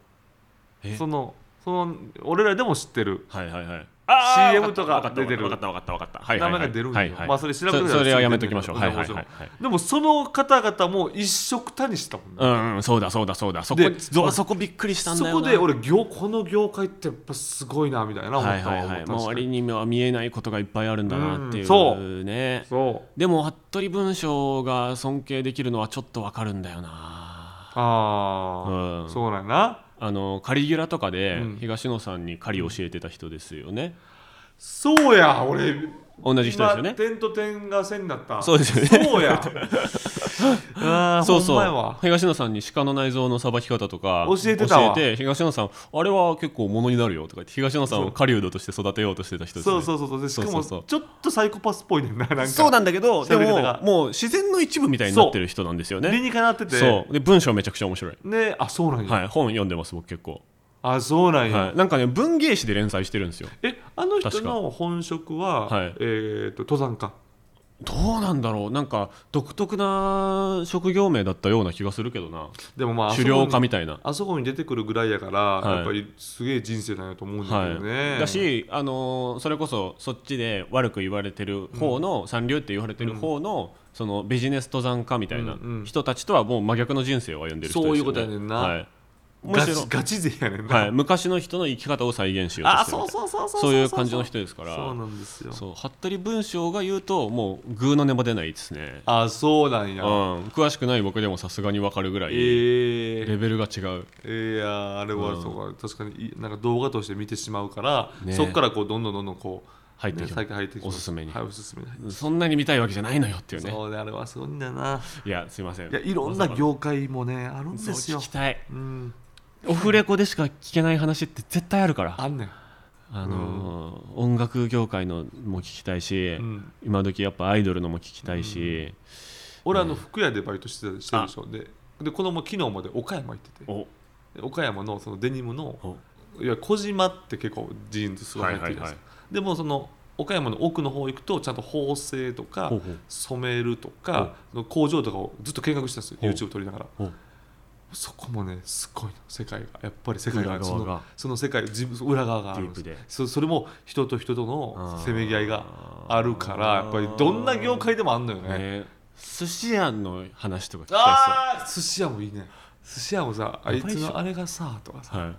Speaker 2: え
Speaker 3: うそのその俺らでも知ってる
Speaker 2: はいはいはいー
Speaker 3: CM とか出てる
Speaker 2: わかったわかったわかったわかったわかったはいはいはい
Speaker 3: 名前が出るんよ
Speaker 2: はいはい
Speaker 3: まあそれ調べてください
Speaker 2: それはやめときましょうはいはいはいはい
Speaker 3: でもその方々も一色たにしたもんね
Speaker 2: うんうんそうだそうだそうだそこ
Speaker 3: で
Speaker 2: そそこびっくりしたん
Speaker 3: そ
Speaker 2: だよ
Speaker 3: こ
Speaker 2: な
Speaker 3: で俺業この業界ってやっぱすごいなみたいな思
Speaker 2: は
Speaker 3: っ
Speaker 2: い
Speaker 3: た
Speaker 2: は
Speaker 3: わ
Speaker 2: いはい
Speaker 3: 確かに
Speaker 2: 周りには見えないことがいっぱいあるんだなっていううん
Speaker 3: そう
Speaker 2: ね
Speaker 3: そう
Speaker 2: でも服部文章が尊敬できるのはちょっとわかるんだよな
Speaker 3: ああ、
Speaker 2: うん
Speaker 3: そうなんやな
Speaker 2: あのカリギュラとかで
Speaker 3: うん
Speaker 2: 東野さんに狩り教えてた人ですよね
Speaker 3: そうや俺
Speaker 2: 同じ人ですよね
Speaker 3: 今点と点が線だった
Speaker 2: そうですよね
Speaker 3: そ うやああ
Speaker 2: そう
Speaker 3: ほんま
Speaker 2: そ
Speaker 3: や
Speaker 2: う
Speaker 3: わ
Speaker 2: 東野さんに鹿の内臓のさばき方とか
Speaker 3: 教えてたわ
Speaker 2: 教えて東野さんあれは結構ものになるよとか言って東野さん
Speaker 3: そ
Speaker 2: を
Speaker 3: う
Speaker 2: 狩人として育てようとしてた人です、ね、
Speaker 3: そうそうそうそうでしか
Speaker 2: そう
Speaker 3: も
Speaker 2: そうそう
Speaker 3: ちょっとサイコパスっぽいねんななんか
Speaker 2: そうなんだけどで
Speaker 3: 喋り方
Speaker 2: も
Speaker 3: が
Speaker 2: もう自然の一部みたいになってる人なんですよ
Speaker 3: 理
Speaker 2: ね
Speaker 3: にかなってて
Speaker 2: そうで文章めちゃくちゃ面白い、
Speaker 3: ねあそうなんや、
Speaker 2: はい、本読んでます僕結構、
Speaker 3: あそうなんや、
Speaker 2: はい、なんかね文芸誌で連載してるんですよ
Speaker 3: えあの人
Speaker 2: 確か
Speaker 3: の本職は、
Speaker 2: はい
Speaker 3: えー、と登山家
Speaker 2: どうなんだろうなんか独特な職業名だったような気がするけどな
Speaker 3: でもまあ
Speaker 2: 狩猟家み
Speaker 3: い
Speaker 2: たいな
Speaker 3: あそこに出てくるぐらいやから、
Speaker 2: い
Speaker 3: やっぱりすげえ人生なんやと思うんだけどね、
Speaker 2: はい、だし、あのーそれこそそっちで悪く言われてる方の、三流って言われてる方の,、そのビジネス登山家みたいな
Speaker 3: うんうん
Speaker 2: 人たちとはもう真逆の人生を歩んでる人ですよ、ね、
Speaker 3: そういうことやねんな
Speaker 2: はい、む
Speaker 3: ガ
Speaker 2: し
Speaker 3: チ
Speaker 2: ろ、
Speaker 3: ガチ勢やねんな、
Speaker 2: はい、昔の人の生き方を再現しよう
Speaker 3: あ
Speaker 2: としてる
Speaker 3: そうそうそうそう
Speaker 2: そういう感じの人ですから
Speaker 3: そうなんですよ
Speaker 2: そう服部文章が言うともうグーの音も出ないですね、
Speaker 3: あそうなん
Speaker 2: う
Speaker 3: や、
Speaker 2: ん、詳しくない僕でもさすがに分かるぐら
Speaker 3: え
Speaker 2: いレ
Speaker 3: ー、
Speaker 2: ベルが違う、
Speaker 3: えーいやーあれは
Speaker 2: うん
Speaker 3: そうか、確かにいなんか動画として見てしまうから、
Speaker 2: ね
Speaker 3: そこからこうどんどんどんどんこう
Speaker 2: 入ってきます
Speaker 3: ね最近入ってきます
Speaker 2: おすすめに
Speaker 3: はいおすすめに入って
Speaker 2: そんなに見たいわけじゃないのよっていう
Speaker 3: きます
Speaker 2: ね
Speaker 3: そうねあれはすごいんだよない
Speaker 2: やすいません
Speaker 3: いやいろんな業界もねあるん
Speaker 2: そ
Speaker 3: で
Speaker 2: う
Speaker 3: すよ
Speaker 2: 聞きたい
Speaker 3: うん
Speaker 2: オフレコでしか聞けない話って絶対あるから
Speaker 3: あんねん
Speaker 2: あのー音楽業界のも聞きたいし、
Speaker 3: うん
Speaker 2: 今時やっぱアイドルのも聞きたいし、
Speaker 3: 俺あの服屋でバイトしてたしてるでしょででこの昨日まで岡山行ってて
Speaker 2: お
Speaker 3: で岡山のそのデニムの
Speaker 2: お
Speaker 3: いや小島って結構ジーンズすごい入ってるじゃないですか、でもその岡山の奥の方行くとちゃんと縫製とか
Speaker 2: ほうほう
Speaker 3: 染めるとかの工場とかをずっと見学してたんですよ
Speaker 2: ほう
Speaker 3: YouTube 撮りながら
Speaker 2: ほう
Speaker 3: そこもねすごいの世界がやっぱり世界が
Speaker 2: 裏側が
Speaker 3: そのその世界自分裏側があるんです
Speaker 2: ディープで
Speaker 3: そそれも人と人とのせめぎ合いがあるから
Speaker 2: あー
Speaker 3: やっぱりどんな業界でもあんのよね
Speaker 2: ね寿司屋の話とか聞きた
Speaker 3: あー寿司屋もいいね寿司屋もさあいつのあれがさとかさ
Speaker 2: そう、はい、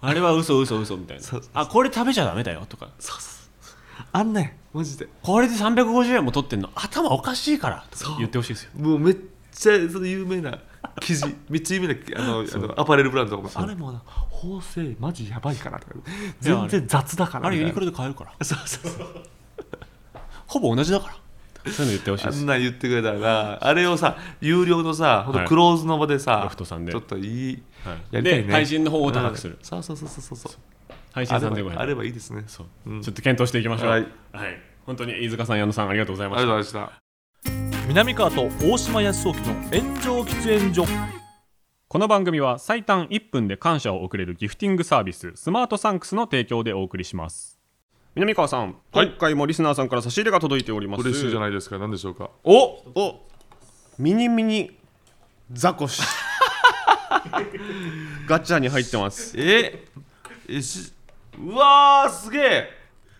Speaker 2: あれは嘘嘘嘘みたいな
Speaker 3: そうそうそう
Speaker 2: あこれ食べちゃダメだよとか
Speaker 3: そうそうあんねんマジで
Speaker 2: これで350円も取ってんの頭おかしいからと
Speaker 3: そ
Speaker 2: か
Speaker 3: う
Speaker 2: 言ってほしいですよ
Speaker 3: もうめっちゃその有名な生地 めっちゃ有名なあのあのアパレルブランドとかもあれもな縫製マジやばいからとか全然雑だから
Speaker 2: あれユニク
Speaker 3: ロ
Speaker 2: ロで買えるから
Speaker 3: そうそうそう
Speaker 2: ほぼ同じだからそういうの言ってほしい
Speaker 3: あ
Speaker 2: です
Speaker 3: んなん言ってくれたらなあれをさ有料のさほんと
Speaker 2: はい
Speaker 3: クローズの場でさ、
Speaker 2: ロフトさんで
Speaker 3: ちょっといい、
Speaker 2: はい
Speaker 3: やりたいね
Speaker 2: で配信の方を高くする
Speaker 3: うんそうそうそうそうそう
Speaker 2: 配信
Speaker 3: あれば
Speaker 2: 3500円
Speaker 3: あればいいですね
Speaker 2: そう、
Speaker 3: うん
Speaker 2: ちょっと検討していきましょう。は
Speaker 3: はいい、
Speaker 2: 本当に飯塚さん、矢野さん、ありがとうござい
Speaker 3: あり
Speaker 2: ま
Speaker 3: が
Speaker 2: し
Speaker 3: とう
Speaker 2: た。
Speaker 3: ございました
Speaker 4: 南川と大島康雄の炎上喫煙所
Speaker 2: この番組は最短1分で感謝を送れるギフティングサービス、スマートサンクスの提供でお送りします。南川さん、
Speaker 3: はい
Speaker 2: 今回もリスナーさんから差し入れが届いております。
Speaker 3: 嬉しいじゃないですか何でしょうかお
Speaker 2: お、ミニミニザコシ。ガチャに入ってます。
Speaker 3: ええしうわーすげえ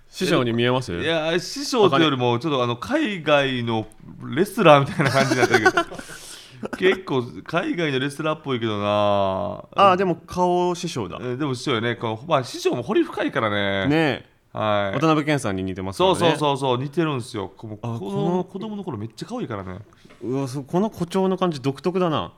Speaker 2: 師匠に見えます。
Speaker 3: いやー師匠というよりもちょっとあの海外のレスラーみたいな感じになったけど 結構海外のレスラーっぽいけどな
Speaker 2: あー、でも顔師匠だ。
Speaker 3: えーでも師匠よねこの、まあ、師匠も掘り深いからね
Speaker 2: ねえ、
Speaker 3: はい
Speaker 2: 渡辺謙さんに似てますから
Speaker 3: そ
Speaker 2: ね
Speaker 3: うそうそうそう似てるんですよこ
Speaker 2: あ
Speaker 3: こ
Speaker 2: この
Speaker 3: の子供の頃めっちゃ可愛いからね
Speaker 2: うわそうこの誇張の感じ独特だな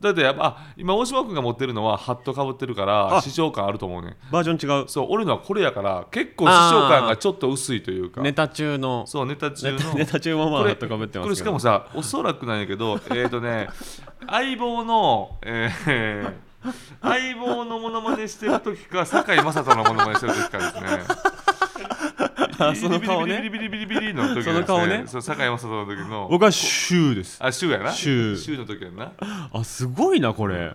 Speaker 3: だってやっぱあ今大島君が持ってるのはハットかぶってるから
Speaker 2: あ
Speaker 3: 師匠感あると思うね
Speaker 2: バージョン違う
Speaker 3: そう俺のはこれやから結構師匠感がちょっと薄いというか
Speaker 2: ネタ中の
Speaker 3: そうネタ中
Speaker 2: ネ
Speaker 3: の
Speaker 2: タネタ中もまあ
Speaker 3: こ
Speaker 2: ハ
Speaker 3: れ
Speaker 2: ットかぶってますけど
Speaker 3: これしかもさおそらくなんやけどえっとね 相棒のえー相棒のモノマネしてる時か堺雅人のモノマネしてる時かですね
Speaker 2: あその顔ね
Speaker 3: ビリビリビリビリビリの時で
Speaker 2: そ
Speaker 3: す
Speaker 2: の顔ね
Speaker 3: そう堺雅人の時の
Speaker 2: 僕はシューです
Speaker 3: あ週やな
Speaker 2: 週
Speaker 3: 週の時やな
Speaker 2: あすごいなこれ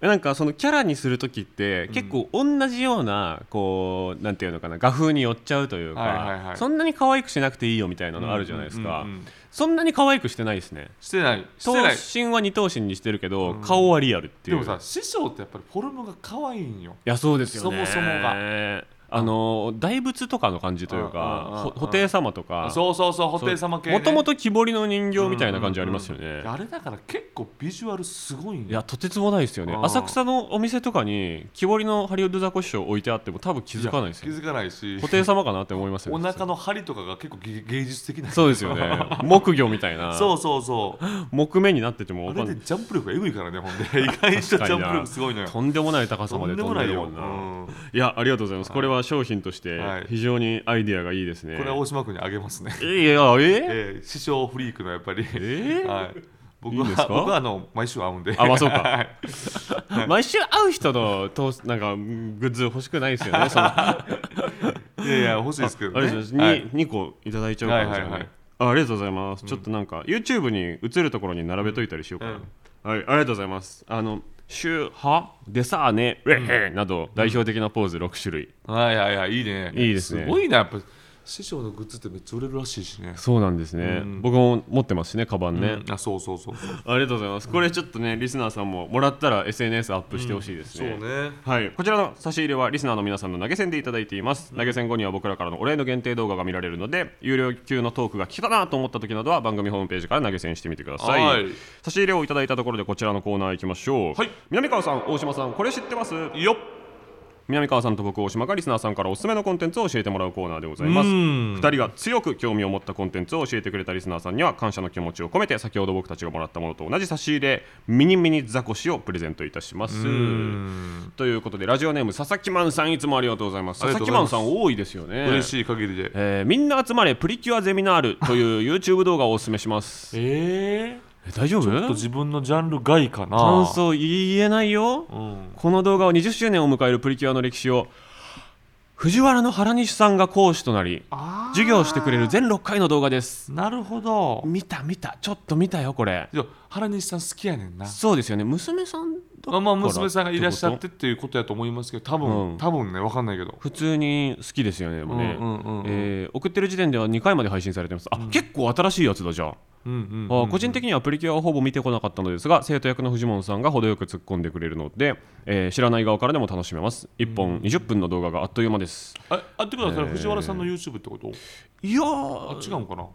Speaker 2: えなんかそのキャラにする時って結構同じようなこうなんていうのかな画風に寄っちゃうというか、
Speaker 3: はいはいはい
Speaker 2: そんなに可愛くしなくていいよみたいなのあるじゃないですか、
Speaker 3: うんうんうん
Speaker 2: そんなに可愛くしてないですね
Speaker 3: してないし
Speaker 2: 頭
Speaker 3: てない
Speaker 2: 身は二頭身にしてるけど、顔はリアルってい
Speaker 3: で
Speaker 2: う
Speaker 3: もさ師匠ってやっぱりフォルムが可愛いんよ
Speaker 2: いやそうですよね
Speaker 3: そもそも
Speaker 2: があの大仏とかの感じという
Speaker 3: うんうんうん
Speaker 2: か
Speaker 3: うん
Speaker 2: ほ布袋様とか
Speaker 3: そうそうそう布袋様系ね
Speaker 2: もともと木彫りの人形みたいな感じありますよね、
Speaker 3: うんうんうんあれだから結構ビジュアルすごいん
Speaker 2: い
Speaker 3: よ
Speaker 2: やとてつもないですよね
Speaker 3: うん
Speaker 2: 浅草のお店とかに木彫りのハリウッドザコシショウ置いてあっても多分気づかないです
Speaker 3: 気
Speaker 2: よ
Speaker 3: づかないし
Speaker 2: 布袋様かなって思いますよ
Speaker 3: お
Speaker 2: ね
Speaker 3: 腹の張りとかが結構芸芸術的な
Speaker 2: そうですよね木魚みたいな
Speaker 3: そうそうそう
Speaker 2: 木目になってても
Speaker 3: あ
Speaker 2: 分か
Speaker 3: れ
Speaker 2: んな
Speaker 3: で
Speaker 2: い
Speaker 3: ジャンプ力がエグいからねほんで意外とジャンプ力すご いのよ
Speaker 2: とんでもない高さ
Speaker 3: と
Speaker 2: ま
Speaker 3: ん
Speaker 2: で
Speaker 3: で
Speaker 2: 飛
Speaker 3: も
Speaker 2: ん
Speaker 3: な
Speaker 2: で
Speaker 3: い
Speaker 2: る
Speaker 3: よ、
Speaker 2: も
Speaker 3: うんん、
Speaker 2: な、いやありがとうございますこれは商品として
Speaker 3: はい
Speaker 2: 非常にアイディアがいいですね、
Speaker 3: これは大島君にあげますね
Speaker 2: いやえ
Speaker 3: えー師匠フリークのやっぱり、
Speaker 2: えー
Speaker 3: はい、僕
Speaker 2: いい
Speaker 3: は
Speaker 2: んですか
Speaker 3: 僕はあの毎週会うんで
Speaker 2: あまあそうか
Speaker 3: はい
Speaker 2: 毎週会う人のとなんかグッズ欲しくないですよ ねそのあ
Speaker 3: いやいや欲しいですけど、ね、
Speaker 2: ありがとうございます、
Speaker 3: は
Speaker 2: に二個いただいちゃうからじゃあね、
Speaker 3: はいはいはい
Speaker 2: あありがとうございます、ちょっとなんか YouTube に映るところに並べといたりしようかな、はいありがとうございますあの「週はでさあねウェヘなど代表的なポーズ6種類、
Speaker 3: はいはいはい、いいね。
Speaker 2: いいですね
Speaker 3: すごいな、やっぱ師匠のグッズってめっちゃ売れるらしいしね。
Speaker 2: そうなんですね、僕も持ってますしねカバンね、
Speaker 3: うんあ、そうそうそうそう。
Speaker 2: ありがとうございますこれちょっとねリスナーさんももらったら SNS アップしてほしいです
Speaker 3: そう
Speaker 2: ね、
Speaker 3: ね。
Speaker 2: はい、こちらの差し入れはリスナーの皆さんの投げ銭でいただいています、投げ銭後には僕らからのお礼の限定動画が見られるので有料級のトークが聞けたなと思った時などは番組ホームページから投げ銭してみてください、
Speaker 3: はい
Speaker 2: 差し入れをいただいたところでこちらのコーナー行きましょう、
Speaker 3: はい
Speaker 2: 南川さん大島さんこれ知ってます
Speaker 3: よっ。
Speaker 2: 南川さんと僕大島がリスナーさんからおすすめのコンテンツを教えてもらうコーナーでございます
Speaker 3: うん
Speaker 2: 2人が強く興味を持ったコンテンツを教えてくれたリスナーさんには感謝の気持ちを込めて先ほど僕たちがもらったものと同じ差し入れミニミニザコシをプレゼントいたしますということでラジオネーム佐々木マンさんいつもありがとうございます
Speaker 3: あり
Speaker 2: 佐
Speaker 3: がと
Speaker 2: 々
Speaker 3: う
Speaker 2: 木
Speaker 3: ござい
Speaker 2: マン
Speaker 3: ます
Speaker 2: さん多いですよね
Speaker 3: 嬉
Speaker 2: い
Speaker 3: しい限りで。
Speaker 2: えーみんな集まれプリキュアゼミナー ルという YouTube 動画をおすすめしますえ
Speaker 3: え
Speaker 2: 大丈夫
Speaker 3: ー、と自分のジャンル外かな。
Speaker 2: 感想言えないよ、
Speaker 3: うん。
Speaker 2: この動画は20周年を迎えるプリキュアの歴史を藤原の原西さんが講師となり
Speaker 3: あ
Speaker 2: 授業をしてくれる全6回の動画です
Speaker 3: あ、なるほど。
Speaker 2: 見た見たちょっと見たよこれ
Speaker 3: いや原西さん好きやねんな。
Speaker 2: そうですよね娘さんだ
Speaker 3: まあ、まあ娘さんがいらっしゃっててっていうことやと思いますけど、多分、
Speaker 2: うん
Speaker 3: 多分ね、わかんないけど。
Speaker 2: 普通に好きですよねでもね、
Speaker 3: うんうんうんうん
Speaker 2: えー送ってる時点では2回まで配信されてますあ、結構新しいやつだじゃあ
Speaker 3: うんうん、うん。
Speaker 2: あ個人的にはプリキュアはほぼ見てこなかったのですが生徒役のフジモンさんが程よく突っ込んでくれるので、えー知らない側からでも楽しめます1本20分の動画があっという間です
Speaker 3: あ、あってことはそれ藤原さんの YouTube ってこと、
Speaker 2: いや
Speaker 3: あ、違うんかな
Speaker 2: えっ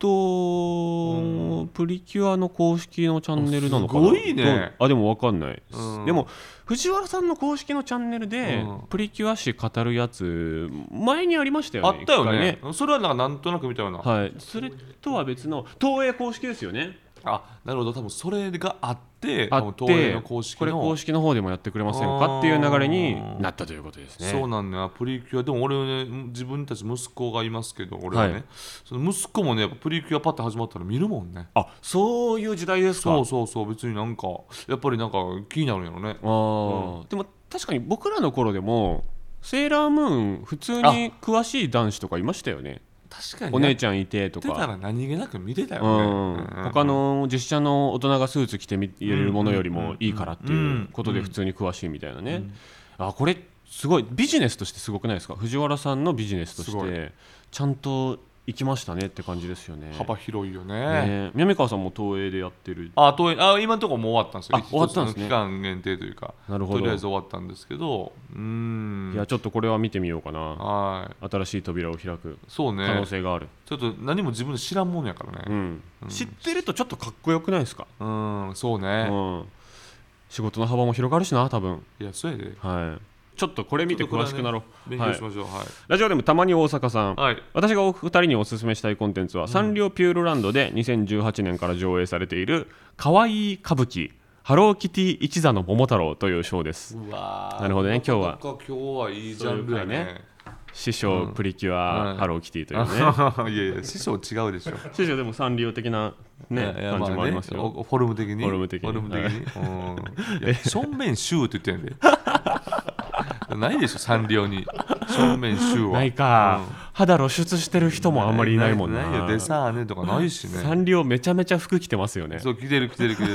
Speaker 2: と、プリキュアの公式のチャンネルなのかな
Speaker 3: すごいね
Speaker 2: どうあでも分かんないです、
Speaker 3: うん
Speaker 2: でも藤原さんの公式のチャンネルで、
Speaker 3: うん
Speaker 2: プリキュア誌語るやつ前にありましたよ
Speaker 3: あ
Speaker 2: ね
Speaker 3: ったよね
Speaker 2: 一
Speaker 3: それはなんかなんとなく見たような。
Speaker 2: 回ねはい、それとは別の東映公式ですよね
Speaker 3: あなるほど多分それがあって
Speaker 2: あ
Speaker 3: 多
Speaker 2: っ
Speaker 3: 分東映
Speaker 2: て
Speaker 3: の公式
Speaker 2: これ
Speaker 3: の
Speaker 2: 公式の方でもやってくれませんかっていう流れになったということですね
Speaker 3: そうなんだよプリキュアでも俺、ね、自分たち息子がいますけど俺はね、
Speaker 2: はい
Speaker 3: その息子もねやっぱプリキュアパッて始まったら見るもんね
Speaker 2: あそういう時代ですか
Speaker 3: そうそうそう別になんかやっぱりなんか気になるんやろね
Speaker 2: あーでも確かに僕らの頃でもセーラームーン普通に詳しい男子とかいましたよね
Speaker 3: 確かに
Speaker 2: お姉
Speaker 3: ち
Speaker 2: ちゃんいてと
Speaker 3: てた
Speaker 2: か、
Speaker 3: ら何気なく見てたよ
Speaker 2: う
Speaker 3: ね、
Speaker 2: ん
Speaker 3: うんうん
Speaker 2: 他の実写の大人がスーツ着てみやれるものよりもいいからって
Speaker 3: んう
Speaker 2: い
Speaker 3: ん
Speaker 2: ううんことで普通に詳しいみたいなね、あこれすごいビジネスとしてすごくないですか藤原さんのビジネスと
Speaker 3: す
Speaker 2: し
Speaker 3: ごい
Speaker 2: てちゃんと行きましたねって感じですよね
Speaker 3: 幅広いよね
Speaker 2: ね南川さんも東映でやってる
Speaker 3: あ東映あ今のところもう終わったんですよ
Speaker 2: あ終わったんですね
Speaker 3: 一つの期間限定というか
Speaker 2: なるほど
Speaker 3: とりあえず終わったんですけどうーん
Speaker 2: いやちょっとこれは見てみようかな
Speaker 3: はい
Speaker 2: 新しい扉を開く
Speaker 3: そうね
Speaker 2: 可能性がある、
Speaker 3: ちょっと何も自分で知らんもんやからね
Speaker 2: うん知ってるとちょっとかっこよくないですか、
Speaker 3: うん、そう
Speaker 2: う
Speaker 3: ね。
Speaker 2: ん、仕事の幅も広がるしな多分
Speaker 3: いや、そうやで。
Speaker 2: はいちょっとこれ見て詳しくなろう、
Speaker 3: 勉
Speaker 2: は
Speaker 3: 強
Speaker 2: い
Speaker 3: しましょうはい
Speaker 2: ラジオでもたまに大阪さん、
Speaker 3: はい
Speaker 2: 私がお二人にお勧めしたいコンテンツは、サンリオピューロランドで2018年から上映されている「かわいい歌舞伎ハローキティ一座の桃太郎」というショーです
Speaker 3: うわー
Speaker 2: なるほどね今日は
Speaker 3: なんか今日はいいジャンルやね
Speaker 2: 師匠、プリキュア、
Speaker 3: うん
Speaker 2: ハローキティというね
Speaker 3: あ いやいや師匠違うでしょ
Speaker 2: 師匠でもサンリオ的な、ね、
Speaker 3: いやいや
Speaker 2: 感じもありますよ、
Speaker 3: まあねおフォルム的に
Speaker 2: フォルム的に
Speaker 3: フォルム的にうんいや正面シューって言ってんでないでしょサンリオに正面シューは
Speaker 2: ないか、肌露出してる人もあんまりいないもんな
Speaker 3: ないよデサーネとかないしね
Speaker 2: サンリオめちゃめちゃ服着てますよね
Speaker 3: そう着てる着てる着てる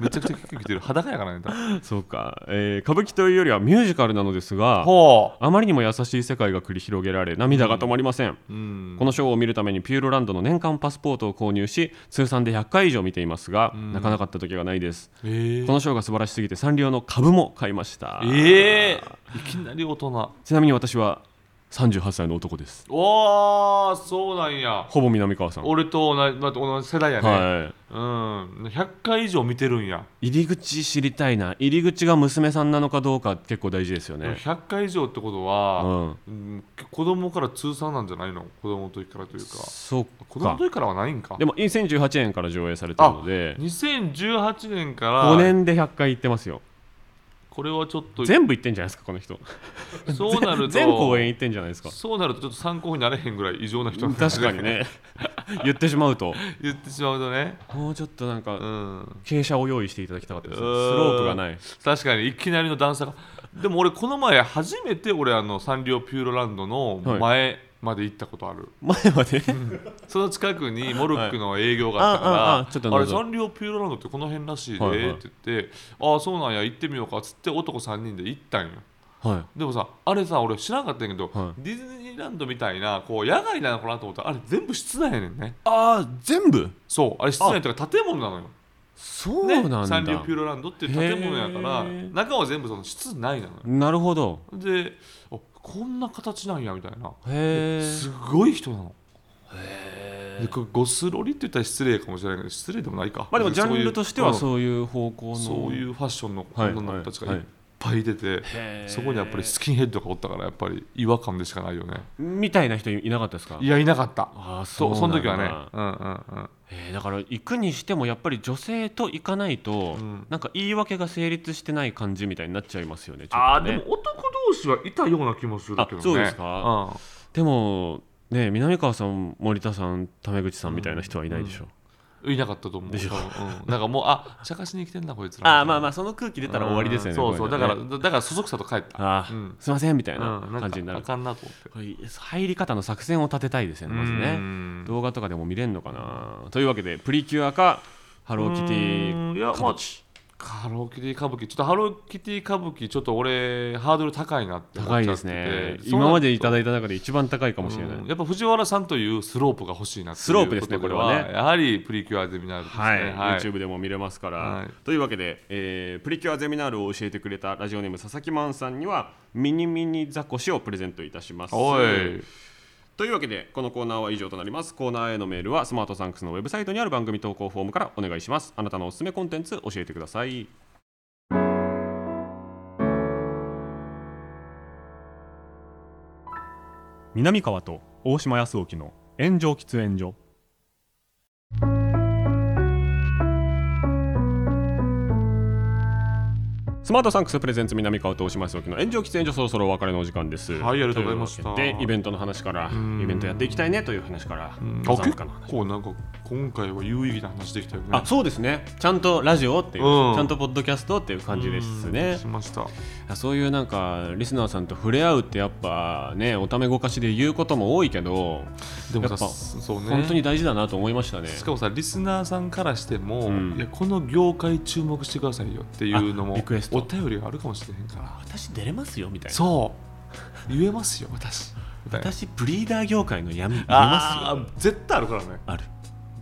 Speaker 3: めちゃくちゃ着てる裸やからね多分
Speaker 2: そうか、えー歌舞伎というよりはミュージカルなのですが
Speaker 3: ほ
Speaker 2: あまりにも優しい世界が繰り広げられ涙が止まりません、
Speaker 3: ううん
Speaker 2: このショーを見るためにピューロランドの年間パスポートを購入し通算で100回以上見ていますが、なかなかった時がないです
Speaker 3: え
Speaker 2: このショーが素晴らしすぎてサンリオの株も買いました、
Speaker 3: えーいきなり大人
Speaker 2: ちなみに私は38歳の男です
Speaker 3: おおそうなんや
Speaker 2: ほぼ南川さん
Speaker 3: 俺と同じまあ同じ世代やね、
Speaker 2: は
Speaker 3: うん100回以上見てるんや
Speaker 2: い、入り口知りたいな入り口が娘さんなのかどうか結構大事ですよね
Speaker 3: 100回以上ってことは、うん子供から通算なんじゃないの子供の時からというか
Speaker 2: そ
Speaker 3: 子
Speaker 2: っ
Speaker 3: 供の
Speaker 2: か
Speaker 3: 時からはないんか
Speaker 2: でも2018年から上映されたので
Speaker 3: 2018年から
Speaker 2: 5年で100回行ってますよ
Speaker 3: これはちょっと
Speaker 2: 全部行ってんじゃないですかこの人
Speaker 3: そうなると
Speaker 2: 全公演行ってんじゃないですか
Speaker 3: そうなるとちょっと参考になれへんぐらい異常な人なんです
Speaker 2: 確かにね 言ってしまうと
Speaker 3: 言ってしまうとね
Speaker 2: もうちょっとなんか、
Speaker 3: うん
Speaker 2: 傾斜を用意していただきたかったですねスロープがない
Speaker 3: 確かにいきなりの段差がでも俺この前初めて俺あのサンリオピューロランドの前まで行ったことある、
Speaker 2: 前はね
Speaker 3: その近くにモルックの営業があったから、
Speaker 2: はいああああ
Speaker 3: あ
Speaker 2: ちょっと
Speaker 3: れ
Speaker 2: 謎
Speaker 3: サンリオピューロランドってこの辺らしいで
Speaker 2: はいはい
Speaker 3: って言って、ああそうなんや行ってみようかっつって男3人で行ったんよ
Speaker 2: は
Speaker 3: でもさあれさ俺知らなかったんやけど、
Speaker 2: は
Speaker 3: ディズニーランドみたいなこう野外なのかなと思ったらあれ全部室内やねんね
Speaker 2: ああ全部
Speaker 3: そうあれ室内というか建物なのよ
Speaker 2: そう
Speaker 3: ね
Speaker 2: なん
Speaker 3: サ
Speaker 2: だ、
Speaker 3: ンリオピューロランドっていう建物やから
Speaker 2: へー
Speaker 3: 中は全部その室内なのよ
Speaker 2: なるほど
Speaker 3: であこんな形なんやみたいな
Speaker 2: へ
Speaker 3: す
Speaker 2: え
Speaker 3: ごい人なのでこれゴスロリって言ったら失礼かもしれないけど失礼でもないか
Speaker 2: まあでもジャンルとしては
Speaker 3: ういう
Speaker 2: そういう方向の
Speaker 3: うんそういううファッションの
Speaker 2: はい
Speaker 3: 女の子たちがいっぱい出て、
Speaker 2: へー
Speaker 3: そこにやっぱりスキンヘッドがおったからやっぱり違和感でしかないよね
Speaker 2: みたいな人いなかったですか
Speaker 3: いやいなかった
Speaker 2: ああ
Speaker 3: そう
Speaker 2: な
Speaker 3: そ
Speaker 2: ん
Speaker 3: の
Speaker 2: だ
Speaker 3: 時はねうんうんうん
Speaker 2: えーだから行くにしてもやっぱり女性と行かないと、
Speaker 3: ん
Speaker 2: なんか言い訳が成立してない感じみたいになっちゃいますよねちょっとね
Speaker 3: あーでも男同士はいたような気もするけどね
Speaker 2: あそうですかでもね南川さん森田さんタメ口さんみたいな人はいないでしょ、
Speaker 3: うんいなかったと思う
Speaker 2: でしょ
Speaker 3: 多分うんなんかもうあ茶化しに来てんなこいつら
Speaker 2: ああまあまあその空気出たら終わりですよね
Speaker 3: うんそうそうだから
Speaker 2: こいのね
Speaker 3: だからそそくさと帰った
Speaker 2: ああ、
Speaker 3: うん
Speaker 2: すいませんみたいな
Speaker 3: うんなん
Speaker 2: 感
Speaker 3: か
Speaker 2: じにな
Speaker 3: あ
Speaker 2: る
Speaker 3: かんなと思って
Speaker 2: これ入り方の作戦を立てたいですよねまず
Speaker 3: う
Speaker 2: ね
Speaker 3: ん
Speaker 2: 動画とかでも見れるのかなというわけでプリキュアかハローキテ
Speaker 3: うん
Speaker 2: ィ
Speaker 3: いや
Speaker 2: 歌
Speaker 3: ま
Speaker 2: 舞
Speaker 3: あハローキティ歌舞伎ちょっとハローキティ歌舞伎ちょっと俺ハードル高いなって思っち
Speaker 2: 高
Speaker 3: ゃって
Speaker 2: い
Speaker 3: て
Speaker 2: ですね
Speaker 3: そうなると
Speaker 2: 今までいただいた中で一番高いかもしれない、
Speaker 3: うんやっぱ藤原さんというスロープが欲しいなっていう
Speaker 2: スロープですね
Speaker 3: と
Speaker 2: これはね
Speaker 3: やはりプリキュアゼミナールですね
Speaker 2: はい、
Speaker 3: はい
Speaker 2: YouTube でも見れますから、
Speaker 3: はい
Speaker 2: というわけで、えープリキュアゼミナールを教えてくれたラジオネーム佐々木マンさんにはミニミニザコシをプレゼントいたします
Speaker 3: おい
Speaker 2: というわけでこのコーナーは以上となりますコーナーへのメールはスマートサンクスのウェブサイトにある番組投稿フォームからお願いしますあなたのおすすめコンテンツ教えてください南川と大島康沖の炎上喫煙所スマートサンクスプレゼンツ南川と大島康沖の炎上喫煙所そろそろお別れのお時間です
Speaker 3: はいありがとうございました
Speaker 2: とうわけでイベントの話からイベントやっていきたいねという話から
Speaker 3: うん
Speaker 2: 登
Speaker 3: あ
Speaker 2: 山
Speaker 3: 結
Speaker 2: 家の話
Speaker 3: 構なんか今回は有意義な話できたよね
Speaker 2: あそうですねちゃんとラジオっていう、
Speaker 3: うん
Speaker 2: ちゃんとポッドキャストっていう感じです
Speaker 3: うん
Speaker 2: ね
Speaker 3: しました
Speaker 2: あそういうなんかリスナーさんと触れ合うってやっぱねおためごかしで言うことも多いけど
Speaker 3: でも
Speaker 2: やっ
Speaker 3: さ
Speaker 2: ぱ
Speaker 3: そうね
Speaker 2: 本当に大事だなと思いましたね
Speaker 3: しかもさリスナーさんからしても、
Speaker 2: うん
Speaker 3: いやこの業界注目してくださいよっていうのも
Speaker 2: あリクエスト
Speaker 3: お便りがあるかもしれへんから
Speaker 2: 私出れますよみたいな
Speaker 3: そう言えますよ私みたいな
Speaker 2: 私ブリーダー業界の闇出ますよ
Speaker 3: あー絶対あるからね
Speaker 2: ある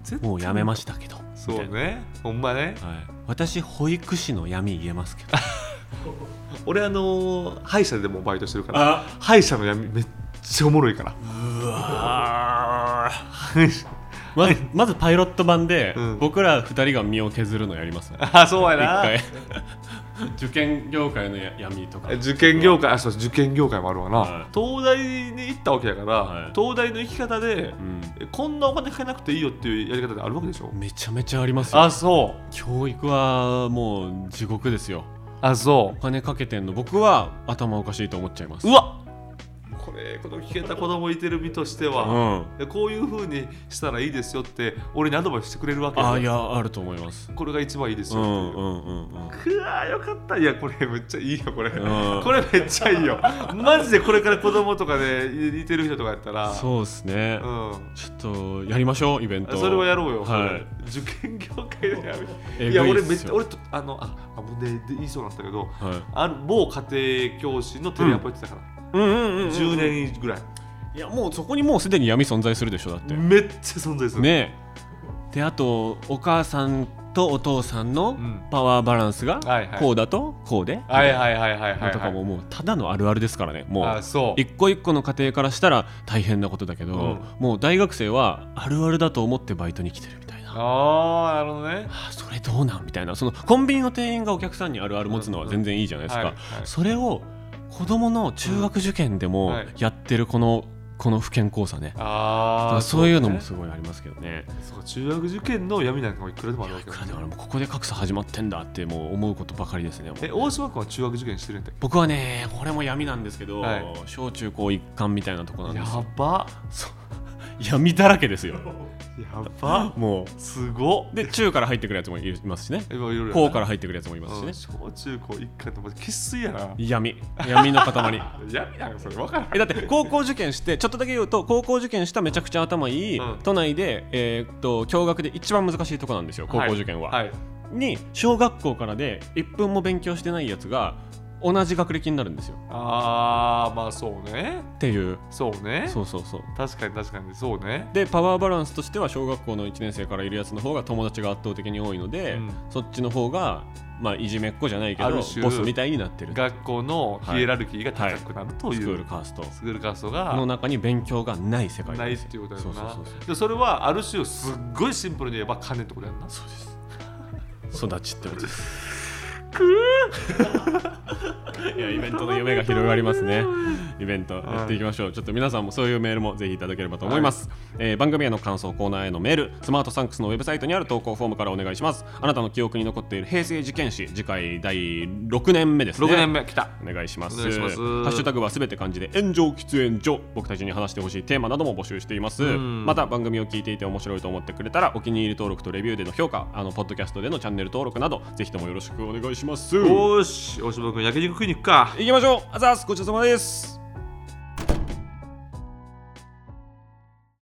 Speaker 3: 絶対
Speaker 2: もうやめましたけど
Speaker 3: そう
Speaker 2: みたい
Speaker 3: ねほんまね
Speaker 2: なはい、私保育士の闇言えますけど
Speaker 3: 俺あのー歯医者でもバイトしてるから
Speaker 2: あ
Speaker 3: 歯医者の闇めっちゃおもろいから
Speaker 2: うわー
Speaker 3: 歯医者
Speaker 2: まずまずパイロット版で、
Speaker 3: うん
Speaker 2: 僕ら二人が身を削るのやります、ね、
Speaker 3: あ そうや
Speaker 2: 一
Speaker 3: な
Speaker 2: 回 受験業界のや闇とか
Speaker 3: 受験業界あそう受験業界もあるわな、
Speaker 2: はい
Speaker 3: 東大に行ったわけやから、
Speaker 2: はい
Speaker 3: 東大の行き方で
Speaker 2: う、ん
Speaker 3: こんなお金かけなくていいよっていうやり方であるわけでしょ、
Speaker 2: めちゃめちゃありますよ
Speaker 3: あそ
Speaker 2: 教育はもう地獄ですよ
Speaker 3: うあそ
Speaker 2: お金かけてんの僕は頭おかしいと思っちゃいます
Speaker 3: ううわこれこの聞けた子供いてる身として
Speaker 2: う
Speaker 3: は、
Speaker 2: ん
Speaker 3: でこういうふうにしたらいいですよって俺にアドバイスしてくれるわけよ
Speaker 2: あいやあると思います
Speaker 3: これが一番いいです
Speaker 2: う
Speaker 3: よ
Speaker 2: ん
Speaker 3: っていう、
Speaker 2: うんうんうん
Speaker 3: くわーよかったいやこれめっちゃいいよこれ、
Speaker 2: ん
Speaker 3: これめっちゃいいよマジでこれから子供とかで似てる人とかやったら
Speaker 2: そうですね、
Speaker 3: うん
Speaker 2: ちょっとやりましょうイベント
Speaker 3: それをやろうよ、それ
Speaker 2: はい
Speaker 3: 受験業界で や
Speaker 2: えぐい
Speaker 3: る
Speaker 2: っすよ
Speaker 3: いや俺めっちゃ俺とあのああもうねで言いそうなんだけど
Speaker 2: はい、
Speaker 3: ある某家庭教師のテレアポやってたか
Speaker 2: う
Speaker 3: ら、
Speaker 2: んうんうん、
Speaker 3: 10年ぐらい、
Speaker 2: いやもうそこにもうすでに闇存在するでしょだって
Speaker 3: めっちゃ存在する、
Speaker 2: ねえであとお母さんとお父さんの
Speaker 3: ん
Speaker 2: パワーバランスが
Speaker 3: はいはい
Speaker 2: こうだとこうで
Speaker 3: はいはいはいはいはい、はい、
Speaker 2: とかももうただのあるあるですからねも
Speaker 3: あ
Speaker 2: う
Speaker 3: そう
Speaker 2: 一個一個の家庭からしたら大変なことだけど、
Speaker 3: うん
Speaker 2: もう大学生はあるあるだと思ってバイトに来てるみたいな。
Speaker 3: ああなるほどね
Speaker 2: あそれどうなんみたいなそのコンビニの店員がお客さんにあるある持つのは全然いいじゃないですか、
Speaker 3: うんうんはいはい
Speaker 2: それを子どもの中学受験で
Speaker 3: うん
Speaker 2: も
Speaker 3: はい
Speaker 2: やってるこのこの不健康さね、
Speaker 3: ああ
Speaker 2: そういうのもすごいありますけどね
Speaker 3: そうか中学受験の闇なんかもいくらでもあるわ
Speaker 2: い
Speaker 3: けだ
Speaker 2: くらでもあれもうここで格差始まってんだってもう思うことばかりですねもう
Speaker 3: え大島君は中学受験してるんだっ
Speaker 2: 僕はねこれも闇なんですけど、
Speaker 3: はい
Speaker 2: 小中高一貫みたいなとこな
Speaker 3: け
Speaker 2: んで
Speaker 3: や
Speaker 2: すよ
Speaker 3: ば
Speaker 2: 闇だらけ ですよ
Speaker 3: やば
Speaker 2: も
Speaker 3: すごっ
Speaker 2: うで中から入ってくるやつもいますしね
Speaker 3: えもういろいろやな
Speaker 2: 高から入ってくるやつもいますし
Speaker 3: う
Speaker 2: ね
Speaker 3: ん、小中高一貫と生粋やな
Speaker 2: 闇闇の塊
Speaker 3: 闇なんかそれ分からん
Speaker 2: えだって高校受験してちょっとだけ言うと高校受験しためちゃくちゃ頭いい、
Speaker 3: うん
Speaker 2: 都内でえーっと共学で一番難しいとこなんですよ高校受験は、
Speaker 3: はい、はい
Speaker 2: に小学校からで1分も勉強してないやつが同じ学歴になるんですよ
Speaker 3: ああまあそうね
Speaker 2: っていう
Speaker 3: そうね
Speaker 2: そうそうそう
Speaker 3: 確かに確かにそうね
Speaker 2: でパワーバランスとしては小学校の1年生からいるやつの方が友達が圧倒的に多いので、
Speaker 3: うん
Speaker 2: そっちの方が、まあ、いじめっ子じゃないけ
Speaker 3: あ
Speaker 2: どボ
Speaker 3: る種
Speaker 2: スみたいになってる
Speaker 3: 学校のヒエラルキーが
Speaker 2: はい
Speaker 3: 高くなると
Speaker 2: ス
Speaker 3: い
Speaker 2: ク
Speaker 3: う、
Speaker 2: ールカースト
Speaker 3: スクールカースト
Speaker 2: の
Speaker 3: が
Speaker 2: 中に勉強がない世界
Speaker 3: ない
Speaker 2: で
Speaker 3: っ
Speaker 2: すよ
Speaker 3: ていうことやろな
Speaker 2: そうそうそう
Speaker 3: でそれはある種すっごいシンプルに言えば金ってことやんな
Speaker 2: そう育ちってことです いやイベントの夢が広がりますねイベントやっていきましょうちょっと皆さんもそういうメールもぜひいただければと思います、えー番組への感想コーナーへのメールスマートサンクスのウェブサイトにある投稿フォームからお願いしますあなたの記憶に残っている平成事件史次回第6年目ですね
Speaker 3: 6年目来た
Speaker 2: お願いします
Speaker 3: お願いします
Speaker 2: ハッシュタグはすべて漢字で炎上喫煙所僕たちに話してほしいテーマなども募集しています
Speaker 3: ん
Speaker 2: また番組を聞いていて面白いと思ってくれたらお気に入り登録とレビューでの評価あのポッドキャストでのチャンネル登録などぜひともよろしくお願いします
Speaker 3: よーし大島君焼肉食いに行くか
Speaker 2: 行きましょうあざーすごちそうさまです